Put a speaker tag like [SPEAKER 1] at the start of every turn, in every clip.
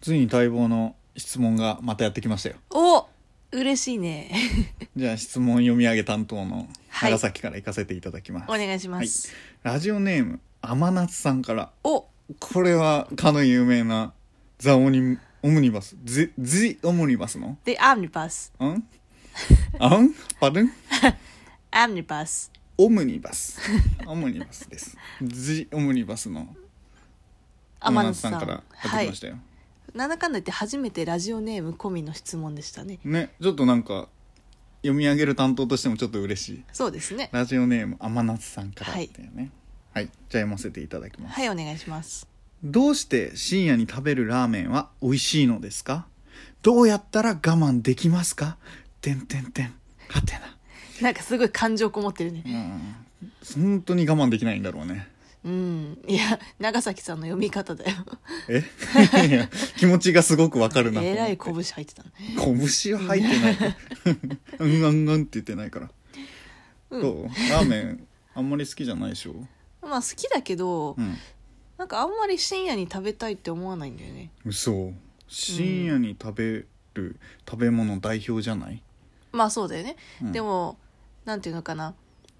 [SPEAKER 1] ついに待望の質問がまたやってきましたよ
[SPEAKER 2] お嬉しいね
[SPEAKER 1] じゃあ質問読み上げ担当の
[SPEAKER 2] はい
[SPEAKER 1] 長崎から行かせていただきます、
[SPEAKER 2] お願いします、
[SPEAKER 1] ラジオネーム天夏さんから
[SPEAKER 2] お
[SPEAKER 1] これはかの有名なザ・オニオムニバスゼ・ゼ・オムニバスの
[SPEAKER 2] The Omnibus
[SPEAKER 1] んあんパルン
[SPEAKER 2] Omnibus
[SPEAKER 1] オムニバスオムニバスですゼ・オムニバスの天
[SPEAKER 2] 天野
[SPEAKER 1] 夏
[SPEAKER 2] さ
[SPEAKER 1] さ
[SPEAKER 2] ん
[SPEAKER 1] んからやってきましたよ、
[SPEAKER 2] はい、なんだかんだ言って初めてラジオネーム込みの質問でしたね
[SPEAKER 1] ねちょっとなんか読み上げる担当としてもちょっと嬉しい
[SPEAKER 2] そうですね
[SPEAKER 1] ラジオネーム天夏さんからだよねはい、じゃあ読ませていただきます
[SPEAKER 2] はいお願いします
[SPEAKER 1] どうして深夜に食べるラーメンは美味しいのですかどうやったら我慢できますかてんてんてんはてな
[SPEAKER 2] なんかすごい感情こもってるね
[SPEAKER 1] うん本当に我慢できないんだろうね
[SPEAKER 2] うんいや長崎さんの読み方だよ
[SPEAKER 1] えいや気持ちがすごくわかるなと思
[SPEAKER 2] え
[SPEAKER 1] って
[SPEAKER 2] らい拳入ってたの
[SPEAKER 1] 拳は入ってないうんうんうんって言ってないから、
[SPEAKER 2] うん
[SPEAKER 1] どうラーメンあんまり好きじゃないでしょ、
[SPEAKER 2] まあ好きだけど、
[SPEAKER 1] うん、
[SPEAKER 2] なんかあんまり深夜に食べたいって思わないんだよね
[SPEAKER 1] 嘘深夜に食べる、食べ物代表じゃない、
[SPEAKER 2] まあそうだよね、
[SPEAKER 1] うん
[SPEAKER 2] でもなんていうのかな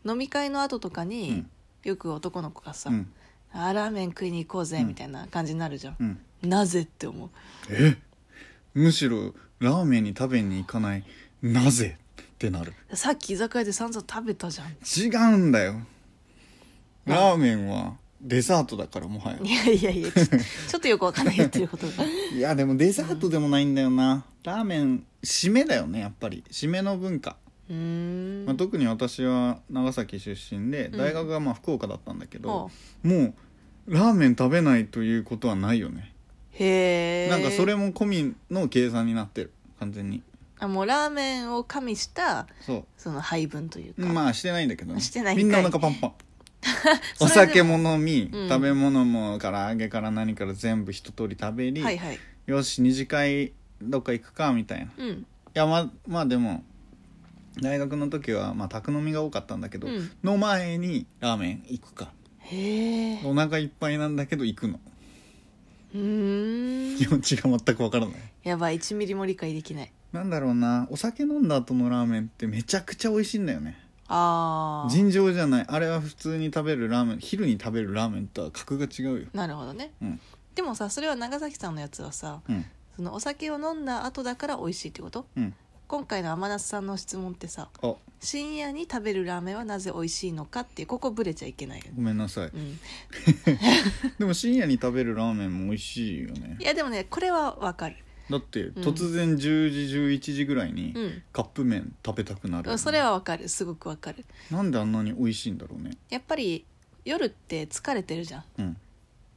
[SPEAKER 2] 飲み会の後とかに、
[SPEAKER 1] うん
[SPEAKER 2] よく男の子がさ、
[SPEAKER 1] うん
[SPEAKER 2] あーラーメン食いに行こうぜ
[SPEAKER 1] うん
[SPEAKER 2] みたいな感じになるじゃん、
[SPEAKER 1] うん、
[SPEAKER 2] なぜって思う
[SPEAKER 1] えむしろラーメンに食べに行かないなぜってなる
[SPEAKER 2] さっき居酒屋で散々食べたじゃん
[SPEAKER 1] 違うんだよラーメンはデザートだからもはや
[SPEAKER 2] いやいやいやちょちょっとよくわかんない言って ることが
[SPEAKER 1] いやでもデザートでもないんだよなラーメン締めだよねやっぱり締めの文化、
[SPEAKER 2] うーん、
[SPEAKER 1] まあ、特に私は長崎出身で
[SPEAKER 2] うん
[SPEAKER 1] 大学はまあ福岡だったんだけど
[SPEAKER 2] お、
[SPEAKER 1] もうラーメン食べないということはないよね
[SPEAKER 2] へえ
[SPEAKER 1] なんかそれも込みの計算になってる完全に
[SPEAKER 2] あもうラーメンを加味した
[SPEAKER 1] そう
[SPEAKER 2] その配分というか、
[SPEAKER 1] まあしてないんだけどね
[SPEAKER 2] してないんか
[SPEAKER 1] み
[SPEAKER 2] い
[SPEAKER 1] んなお腹パンパ ンお
[SPEAKER 2] それで
[SPEAKER 1] 酒
[SPEAKER 2] も
[SPEAKER 1] も飲み、
[SPEAKER 2] うん
[SPEAKER 1] 食べ物も唐揚げから何から全部一通り食べり、
[SPEAKER 2] はいはい
[SPEAKER 1] よし二次会どっか行くかみたいない
[SPEAKER 2] うん
[SPEAKER 1] やままあでも大学の時は、まあ、宅飲みが多かったんだけど、
[SPEAKER 2] うん
[SPEAKER 1] の前にラーメン行くか
[SPEAKER 2] へえ
[SPEAKER 1] お腹いっぱいなんだけど行くの
[SPEAKER 2] うーん
[SPEAKER 1] 気持ちが全くわからない
[SPEAKER 2] やばい1ミリも理解できない
[SPEAKER 1] なんだろうなお酒飲んだ後のラーメンってめちゃくちゃ美味しいんだよね
[SPEAKER 2] ああ
[SPEAKER 1] 尋常じゃないあれは普通に食べるラーメン昼に食べるラーメンとは格が違うよ
[SPEAKER 2] なるほどね、
[SPEAKER 1] うん
[SPEAKER 2] でもさそれは長崎さんのやつはさ
[SPEAKER 1] うん
[SPEAKER 2] そのお酒を飲んだ後だから美味しいってこと
[SPEAKER 1] うん
[SPEAKER 2] 今回の天夏さんの質問ってさ
[SPEAKER 1] あご
[SPEAKER 2] 深夜に食べるラーメンはなぜ美味しいのかっていうここブレちゃいけないよね、
[SPEAKER 1] めんなさい
[SPEAKER 2] うん、
[SPEAKER 1] でも深夜に食べるラーメンも美味しいよね
[SPEAKER 2] いやでもねこれはわかる、
[SPEAKER 1] だって突然10時11時ぐらいに
[SPEAKER 2] うん
[SPEAKER 1] カップ麺食べたくなるよね、
[SPEAKER 2] それはわかるすごくわかる
[SPEAKER 1] なんであんなに美味しいんだろうね
[SPEAKER 2] やっぱり夜って疲れてるじゃん
[SPEAKER 1] うん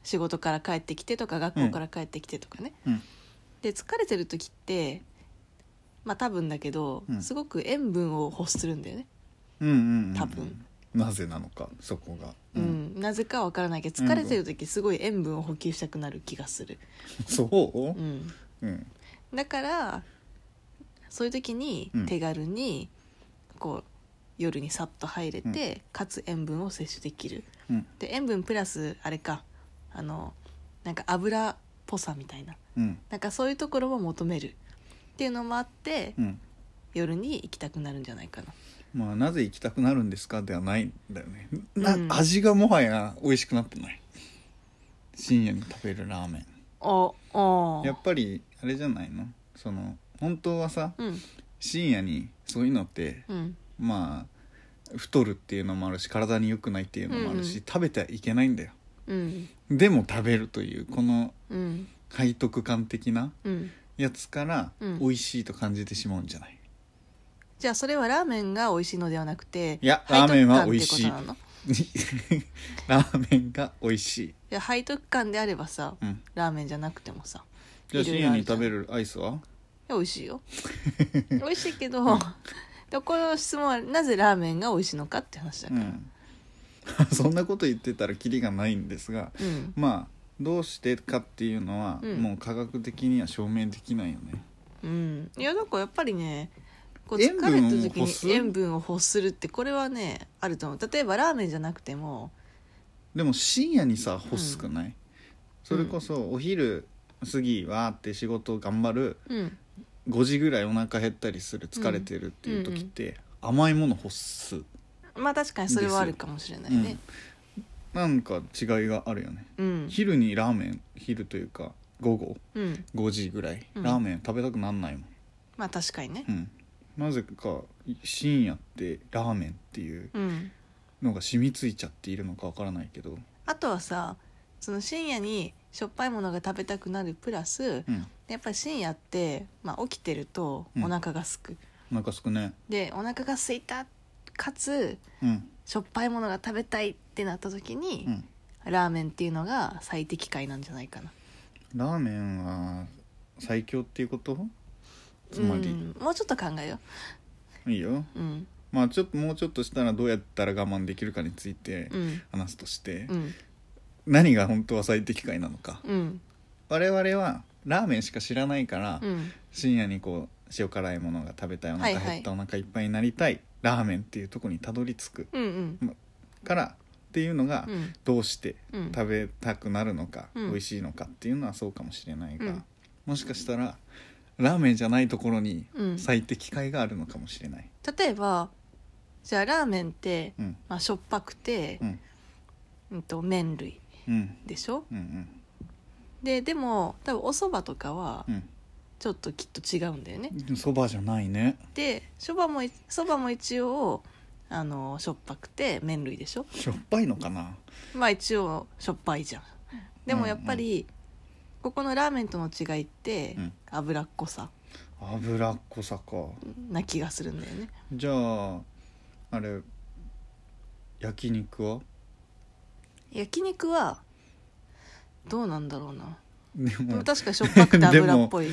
[SPEAKER 2] 仕事から帰ってきてとか学校から帰ってきてとかね、
[SPEAKER 1] うん
[SPEAKER 2] で疲れてる時ってまあ多分だけど、
[SPEAKER 1] うん
[SPEAKER 2] すごく塩分を欲するんだよね
[SPEAKER 1] うんうんうん
[SPEAKER 2] 多分
[SPEAKER 1] なぜなのかそこが、
[SPEAKER 2] う、ん、なぜかわからないけど疲れてる時すごい塩分を補給したくなる気がする、、
[SPEAKER 1] そううんうん
[SPEAKER 2] だからそういう時に
[SPEAKER 1] うん
[SPEAKER 2] 手軽にこう夜にさっと入れて、かつ塩分を摂取できる
[SPEAKER 1] うん
[SPEAKER 2] で塩分プラスあれかあのなんか油っぽさみたいな
[SPEAKER 1] うん
[SPEAKER 2] なんかそういうところも求めるっていうのもあって、
[SPEAKER 1] うん
[SPEAKER 2] 夜に行きたくなるんじゃないかな
[SPEAKER 1] まあなぜ行きたくなるんですかではないんだよねな、
[SPEAKER 2] うん
[SPEAKER 1] 味がもはや美味しくなってない深夜に食べるラーメン
[SPEAKER 2] おお
[SPEAKER 1] やっぱりあれじゃないのその本当はさ
[SPEAKER 2] うん
[SPEAKER 1] 深夜にそういうのって
[SPEAKER 2] うん
[SPEAKER 1] まあ太るっていうのもあるし体に良くないっていうのもあるし、
[SPEAKER 2] うんうん
[SPEAKER 1] 食べてはいけないんだよ
[SPEAKER 2] うん
[SPEAKER 1] でも食べるというこの
[SPEAKER 2] うん
[SPEAKER 1] 背徳感的な
[SPEAKER 2] うん
[SPEAKER 1] やつから
[SPEAKER 2] うん
[SPEAKER 1] 美味しいと感じてしまうんじゃない、
[SPEAKER 2] じゃあそれはラーメンが美味しいのではなくて
[SPEAKER 1] いや
[SPEAKER 2] 背徳
[SPEAKER 1] ラーメンは
[SPEAKER 2] 感って
[SPEAKER 1] 美味しい
[SPEAKER 2] ことなの
[SPEAKER 1] ラーメンが美味しい、
[SPEAKER 2] いや背徳感であればさ
[SPEAKER 1] うん、
[SPEAKER 2] ラーメンじゃなくてもさ
[SPEAKER 1] じゃあ
[SPEAKER 2] いろ
[SPEAKER 1] 深
[SPEAKER 2] いろ
[SPEAKER 1] 夜
[SPEAKER 2] ある
[SPEAKER 1] に食べるアイスはい
[SPEAKER 2] や美味しい よ美味しいけどでこの質問はなぜラーメンが美味しいのかって話だ
[SPEAKER 1] う
[SPEAKER 2] から、
[SPEAKER 1] んそん なこと言ってたらキリがないんですが
[SPEAKER 2] うん
[SPEAKER 1] まあどうしてかっていうのは、
[SPEAKER 2] うん
[SPEAKER 1] もう科学的には証明できないよね
[SPEAKER 2] うんいやなんかやっぱりねこう疲
[SPEAKER 1] 塩分を
[SPEAKER 2] れた時
[SPEAKER 1] 欲す
[SPEAKER 2] に塩分を欲するってこれはねあると思う例えばラーメンじゃなくても
[SPEAKER 1] でも深夜にさ欲しくない、それこそお昼次わーって仕事頑張る
[SPEAKER 2] うん
[SPEAKER 1] 5時ぐらいお腹減ったりする疲れてるっていう時って甘いもの欲す、
[SPEAKER 2] まあ確かにそれはあるかもしれないうね
[SPEAKER 1] ん、なんか違いがあるよね
[SPEAKER 2] うん
[SPEAKER 1] 昼にラーメン昼というか午後
[SPEAKER 2] うん
[SPEAKER 1] 5時ぐらい、
[SPEAKER 2] うん
[SPEAKER 1] ラーメン食べたくなんないもん、
[SPEAKER 2] まあ確かにね
[SPEAKER 1] うん、なぜか深夜ってラーメンっていう
[SPEAKER 2] うん
[SPEAKER 1] のが染みついちゃっているのかわからないけど、
[SPEAKER 2] あとはさその深夜にしょっぱいものが食べたくなるプラス
[SPEAKER 1] うん、
[SPEAKER 2] やっぱり深夜って、まあ、起きてると
[SPEAKER 1] うん
[SPEAKER 2] お腹がすく、
[SPEAKER 1] お腹すくね
[SPEAKER 2] でお腹が空いたかつ
[SPEAKER 1] うん
[SPEAKER 2] しょっぱいものが食べたいってなった時に
[SPEAKER 1] う、ん
[SPEAKER 2] ラーメンっていうのが最適解なんじゃないかな
[SPEAKER 1] ラーメンは最強っていうことつまり、
[SPEAKER 2] うん、もうちょっと考えよ
[SPEAKER 1] いいよ
[SPEAKER 2] ううん
[SPEAKER 1] まあちょっともうちょっとしたらどうやったら我慢できるかについて
[SPEAKER 2] うん
[SPEAKER 1] 話すとして、
[SPEAKER 2] うん
[SPEAKER 1] 何が本当は最適解なのか、
[SPEAKER 2] うん
[SPEAKER 1] 我々はラーメンしか知らないから、
[SPEAKER 2] うん
[SPEAKER 1] 深夜にこう塩辛いものが食べたいお腹
[SPEAKER 2] はいはい
[SPEAKER 1] 減ったお腹いっぱいになりたい、ラーメンっていうとこにたどり着く
[SPEAKER 2] うんうん
[SPEAKER 1] からっていうのが、
[SPEAKER 2] うん
[SPEAKER 1] どうして
[SPEAKER 2] うん
[SPEAKER 1] 食べたくなるのか、
[SPEAKER 2] うん
[SPEAKER 1] 美味しいのかっていうのはそうかもしれないが、
[SPEAKER 2] うん
[SPEAKER 1] もしかしたらラーメンじゃないところに
[SPEAKER 2] うん
[SPEAKER 1] 最適解があるのかもしれない。
[SPEAKER 2] 例えばじゃあラーメンって、
[SPEAKER 1] うん
[SPEAKER 2] まあ、しょっぱくて
[SPEAKER 1] う、ん
[SPEAKER 2] うん、と麺類
[SPEAKER 1] うん
[SPEAKER 2] でしょ
[SPEAKER 1] うんうん
[SPEAKER 2] ででも多分お蕎麦とかは
[SPEAKER 1] うん
[SPEAKER 2] ちょっときっと違うんだよね、
[SPEAKER 1] そばじゃないね
[SPEAKER 2] でそばもいそばも一応あのしょっぱくて麺類でしょ
[SPEAKER 1] しょっぱいのかな
[SPEAKER 2] まあ一応しょっぱいじゃんでもやっぱり、ここのラーメンとの違いって、
[SPEAKER 1] うん
[SPEAKER 2] 脂っこさ
[SPEAKER 1] 脂っこさか
[SPEAKER 2] な気がするんだよね
[SPEAKER 1] じゃああれ焼肉は
[SPEAKER 2] 焼肉はどうなんだろうな、
[SPEAKER 1] で
[SPEAKER 2] で
[SPEAKER 1] も
[SPEAKER 2] も確かにしょっぱくて
[SPEAKER 1] で
[SPEAKER 2] 脂
[SPEAKER 1] も
[SPEAKER 2] っぽい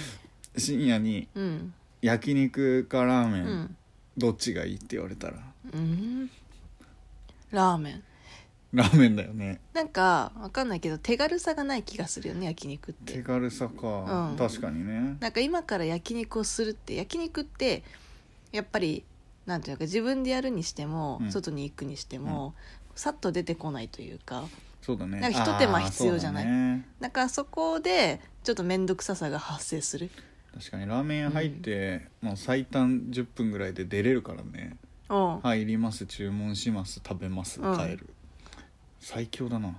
[SPEAKER 1] 深夜に
[SPEAKER 2] うん
[SPEAKER 1] 焼肉かラーメ
[SPEAKER 2] う
[SPEAKER 1] ン、
[SPEAKER 2] ん
[SPEAKER 1] どっちがいいって言われたら
[SPEAKER 2] うんラーメン
[SPEAKER 1] ラーメンだよね
[SPEAKER 2] なんかわかんないけど手軽さがない気がするよね焼肉っ
[SPEAKER 1] 手
[SPEAKER 2] て
[SPEAKER 1] 軽さか、
[SPEAKER 2] うん
[SPEAKER 1] 確かにね
[SPEAKER 2] なんか今から焼肉をするって焼肉ってやっぱりなんていうか自分でやるにしても、
[SPEAKER 1] うん
[SPEAKER 2] 外に行くにしても、さっと出てこないというか
[SPEAKER 1] そうだね
[SPEAKER 2] なんか一手間必要じゃない
[SPEAKER 1] あーそうだね
[SPEAKER 2] だからそこでちょっと面倒くささが発生する
[SPEAKER 1] 確かにラーメン屋入って、もう最短10分ぐらいで出れるからね
[SPEAKER 2] うん、
[SPEAKER 1] 入ります注文します食べます
[SPEAKER 2] うん
[SPEAKER 1] 帰る、最強だな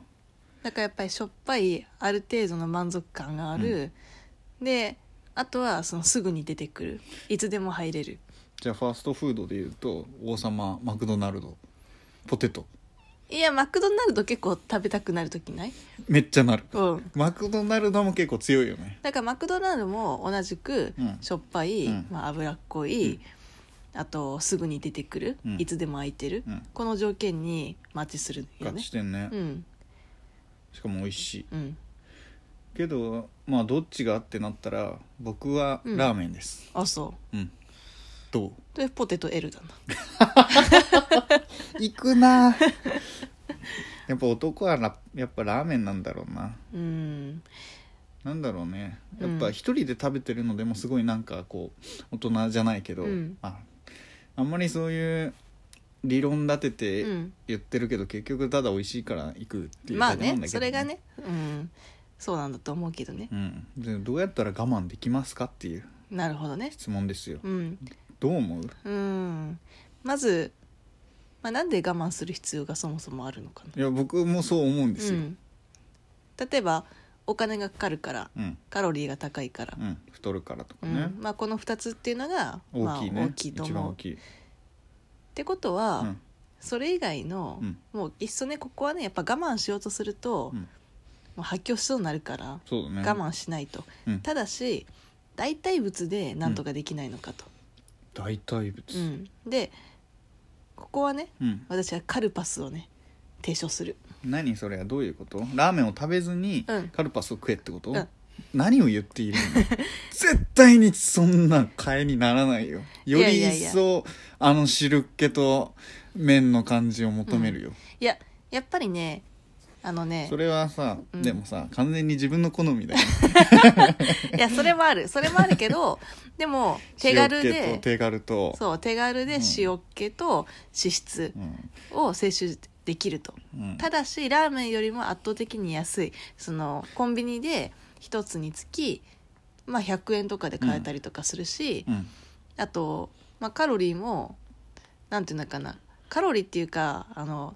[SPEAKER 2] だからやっぱりしょっぱいある程度の満足感がある、であとはそのすぐに出てくるいつでも入れる
[SPEAKER 1] じゃあファーストフードで言うと王様マクドナルドポテト
[SPEAKER 2] いやマクドナルド結構食べたくなる時ない
[SPEAKER 1] めっちゃなる
[SPEAKER 2] うん
[SPEAKER 1] マクドナルドも結構強いよね
[SPEAKER 2] だからマクドナルドも同じく
[SPEAKER 1] うん
[SPEAKER 2] しょっぱい、
[SPEAKER 1] うん
[SPEAKER 2] まあ、脂っこい、あとすぐに出てくる、
[SPEAKER 1] うん
[SPEAKER 2] いつでも空いてる、
[SPEAKER 1] うん
[SPEAKER 2] この条件にマッチするよ
[SPEAKER 1] ガ
[SPEAKER 2] ね
[SPEAKER 1] チでね、
[SPEAKER 2] うん
[SPEAKER 1] しかも美味しい
[SPEAKER 2] うん
[SPEAKER 1] けどまあどっちがってなったら僕は
[SPEAKER 2] うん
[SPEAKER 1] ラーメンです
[SPEAKER 2] あそ
[SPEAKER 1] うん、どう
[SPEAKER 2] うでポテト L だな
[SPEAKER 1] 行くなやっぱ男はラやっぱラーメンなんだろうな
[SPEAKER 2] うん
[SPEAKER 1] なんだろうねや
[SPEAKER 2] う
[SPEAKER 1] っ
[SPEAKER 2] ん
[SPEAKER 1] ぱ一人で食べてるのでもすごいなんかこう大人じゃないけど、
[SPEAKER 2] うん
[SPEAKER 1] ああんまりそういう理論立てて
[SPEAKER 2] うん
[SPEAKER 1] 言ってるけど、結局ただ美味しいから行くっていう
[SPEAKER 2] まあ
[SPEAKER 1] だけな
[SPEAKER 2] ね
[SPEAKER 1] んだけど、
[SPEAKER 2] それがねうんそうなんだと思うけどね
[SPEAKER 1] うん、でどうやったら我慢できますかっていう
[SPEAKER 2] なるほどね
[SPEAKER 1] 質問ですよ、
[SPEAKER 2] うん
[SPEAKER 1] どう思う
[SPEAKER 2] うんまず、まあ、なんで我慢する必要がそもそもあるのかな、
[SPEAKER 1] いや僕もそう思うんです
[SPEAKER 2] う
[SPEAKER 1] よ、
[SPEAKER 2] ん、例えばお金がかかるから
[SPEAKER 1] うん
[SPEAKER 2] カロリーが高いから
[SPEAKER 1] う、ん、太るからとか
[SPEAKER 2] うん
[SPEAKER 1] ね、
[SPEAKER 2] まあ、この2つっていうのが、
[SPEAKER 1] 大
[SPEAKER 2] まあ、
[SPEAKER 1] きいね、
[SPEAKER 2] 大きいと
[SPEAKER 1] 一番
[SPEAKER 2] 思
[SPEAKER 1] 大
[SPEAKER 2] うっ
[SPEAKER 1] きい、
[SPEAKER 2] てことは、
[SPEAKER 1] うん
[SPEAKER 2] それ以外の、
[SPEAKER 1] うん
[SPEAKER 2] もういっそねここはねやっぱ我慢しようとすると、
[SPEAKER 1] うん
[SPEAKER 2] もう発狂しそうになるから、
[SPEAKER 1] そうだね
[SPEAKER 2] 我慢しないと、
[SPEAKER 1] うん
[SPEAKER 2] ただし代替物でなんとかできないのかと、
[SPEAKER 1] 大体物
[SPEAKER 2] うんでここはね
[SPEAKER 1] うん
[SPEAKER 2] 私はカルパスをね提唱する
[SPEAKER 1] 何それはどういうことラーメンを食べずに
[SPEAKER 2] うん
[SPEAKER 1] カルパスを食えってこと、
[SPEAKER 2] うん
[SPEAKER 1] 何を言っているの 絶対にそんな替えにならないよよ
[SPEAKER 2] いやい
[SPEAKER 1] り
[SPEAKER 2] やい
[SPEAKER 1] 一
[SPEAKER 2] や
[SPEAKER 1] 層あの汁っ気と麺の感じを求めるよ、
[SPEAKER 2] いややっぱりねあのね
[SPEAKER 1] それはさ、
[SPEAKER 2] うん
[SPEAKER 1] でもさ完全に自分の好みだよ
[SPEAKER 2] いやそれもあるそれもあるけどでも 手軽
[SPEAKER 1] 塩気と
[SPEAKER 2] で
[SPEAKER 1] 手軽と
[SPEAKER 2] そう手軽で
[SPEAKER 1] うん
[SPEAKER 2] 塩気と脂質
[SPEAKER 1] うん
[SPEAKER 2] を摂取できると
[SPEAKER 1] うん
[SPEAKER 2] ただしラーメンよりも圧倒的に安いそのコンビニで一つにつき、まあ、100円とかで買えたりとかするし、
[SPEAKER 1] うん
[SPEAKER 2] あと、まあ、カロリーもなんていうのかなカロリーっていうかあの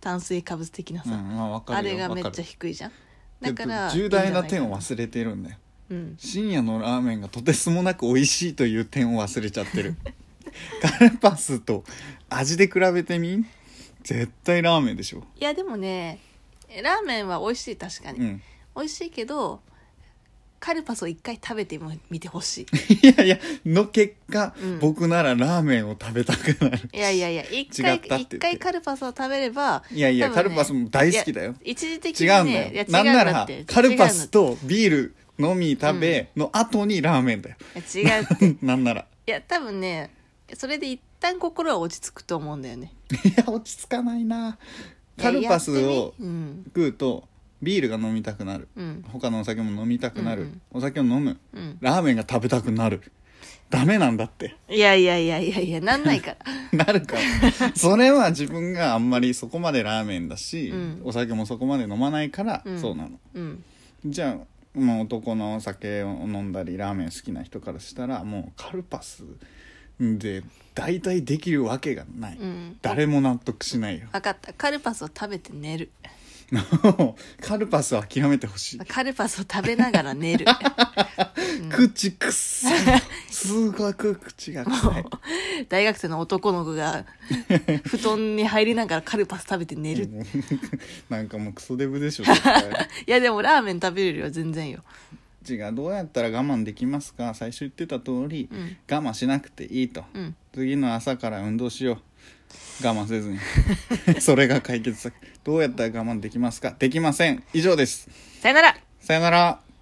[SPEAKER 2] 炭水化物的な
[SPEAKER 1] う
[SPEAKER 2] さ、
[SPEAKER 1] んまあ分か
[SPEAKER 2] あ
[SPEAKER 1] る
[SPEAKER 2] れ
[SPEAKER 1] よ
[SPEAKER 2] がめっ
[SPEAKER 1] 分
[SPEAKER 2] ち
[SPEAKER 1] かる
[SPEAKER 2] ゃ低いじゃんだ
[SPEAKER 1] け
[SPEAKER 2] か
[SPEAKER 1] ど
[SPEAKER 2] ら
[SPEAKER 1] 重大な点を
[SPEAKER 2] いいんじ
[SPEAKER 1] 忘れてるんだよ
[SPEAKER 2] ゃないかなうん
[SPEAKER 1] 深夜のラーメンがとてつもなく美味しいという点を忘れちゃってる カルパスと味で比べてみん絶対ラーメンでしょ
[SPEAKER 2] いやでもねラーメンは美味しい確かに、
[SPEAKER 1] うん
[SPEAKER 2] 美味しいけどカルパスを一回食べてみてほしい
[SPEAKER 1] いやいやの結果、
[SPEAKER 2] うん
[SPEAKER 1] 僕ならラーメンを食べたくなる
[SPEAKER 2] いやい やいや一回
[SPEAKER 1] 違ったって言って
[SPEAKER 2] 一回カルパスを食べれば
[SPEAKER 1] いやいや、
[SPEAKER 2] 多
[SPEAKER 1] カ
[SPEAKER 2] 分ね
[SPEAKER 1] ルパスも大好きだよ
[SPEAKER 2] 一時的
[SPEAKER 1] 違
[SPEAKER 2] に、
[SPEAKER 1] うん
[SPEAKER 2] ね、
[SPEAKER 1] だよ
[SPEAKER 2] いや
[SPEAKER 1] な
[SPEAKER 2] 違
[SPEAKER 1] ん
[SPEAKER 2] うん
[SPEAKER 1] な
[SPEAKER 2] だっ
[SPEAKER 1] ら
[SPEAKER 2] て
[SPEAKER 1] カルパス
[SPEAKER 2] 違う
[SPEAKER 1] とビール飲み食べの後にラーメンだよ、
[SPEAKER 2] んだっていや違うって
[SPEAKER 1] なんなら
[SPEAKER 2] いや多分ねそれで一旦心は落ち着くと思うんだよね
[SPEAKER 1] いや落ち着かないなカルパス
[SPEAKER 2] いややっ
[SPEAKER 1] を
[SPEAKER 2] てみうん
[SPEAKER 1] 食うとビールが飲みたくなる
[SPEAKER 2] うん
[SPEAKER 1] 他のお酒も飲みたくなる、
[SPEAKER 2] うんうん
[SPEAKER 1] お酒を飲む
[SPEAKER 2] うん
[SPEAKER 1] ラーメンが食べたくなるダメなんだって
[SPEAKER 2] いやいやいやいやいやなんないから
[SPEAKER 1] なるからそれは自分があんまりそこまでラーメンだし、
[SPEAKER 2] うん
[SPEAKER 1] お酒もそこまで飲まないから、
[SPEAKER 2] うん
[SPEAKER 1] そうなの
[SPEAKER 2] うん
[SPEAKER 1] じゃあもう男のお酒を飲んだりラーメン好きな人からしたらもうカルパスで大体できるわけがない、
[SPEAKER 2] うん
[SPEAKER 1] 誰も納得しないよ
[SPEAKER 2] 分かったカルパスを食べて寝る
[SPEAKER 1] カルパスは諦めてほしい、
[SPEAKER 2] カルパスを食べながら寝る
[SPEAKER 1] 口くっ さいすごく口が臭い
[SPEAKER 2] 大学生の男の子が布団に入りながらカルパス食べて寝る
[SPEAKER 1] なんかもうクソデブでしょ絶対
[SPEAKER 2] いやでもラーメン食べるよりは全然よ
[SPEAKER 1] 違うどうやったら我慢できますか最初言ってた通り、
[SPEAKER 2] うん
[SPEAKER 1] 我慢しなくていいと、
[SPEAKER 2] うん
[SPEAKER 1] 次の朝から運動しよう我慢せずに それが解決策どうやったら我慢できますかできません以上です
[SPEAKER 2] さよなら
[SPEAKER 1] さよなら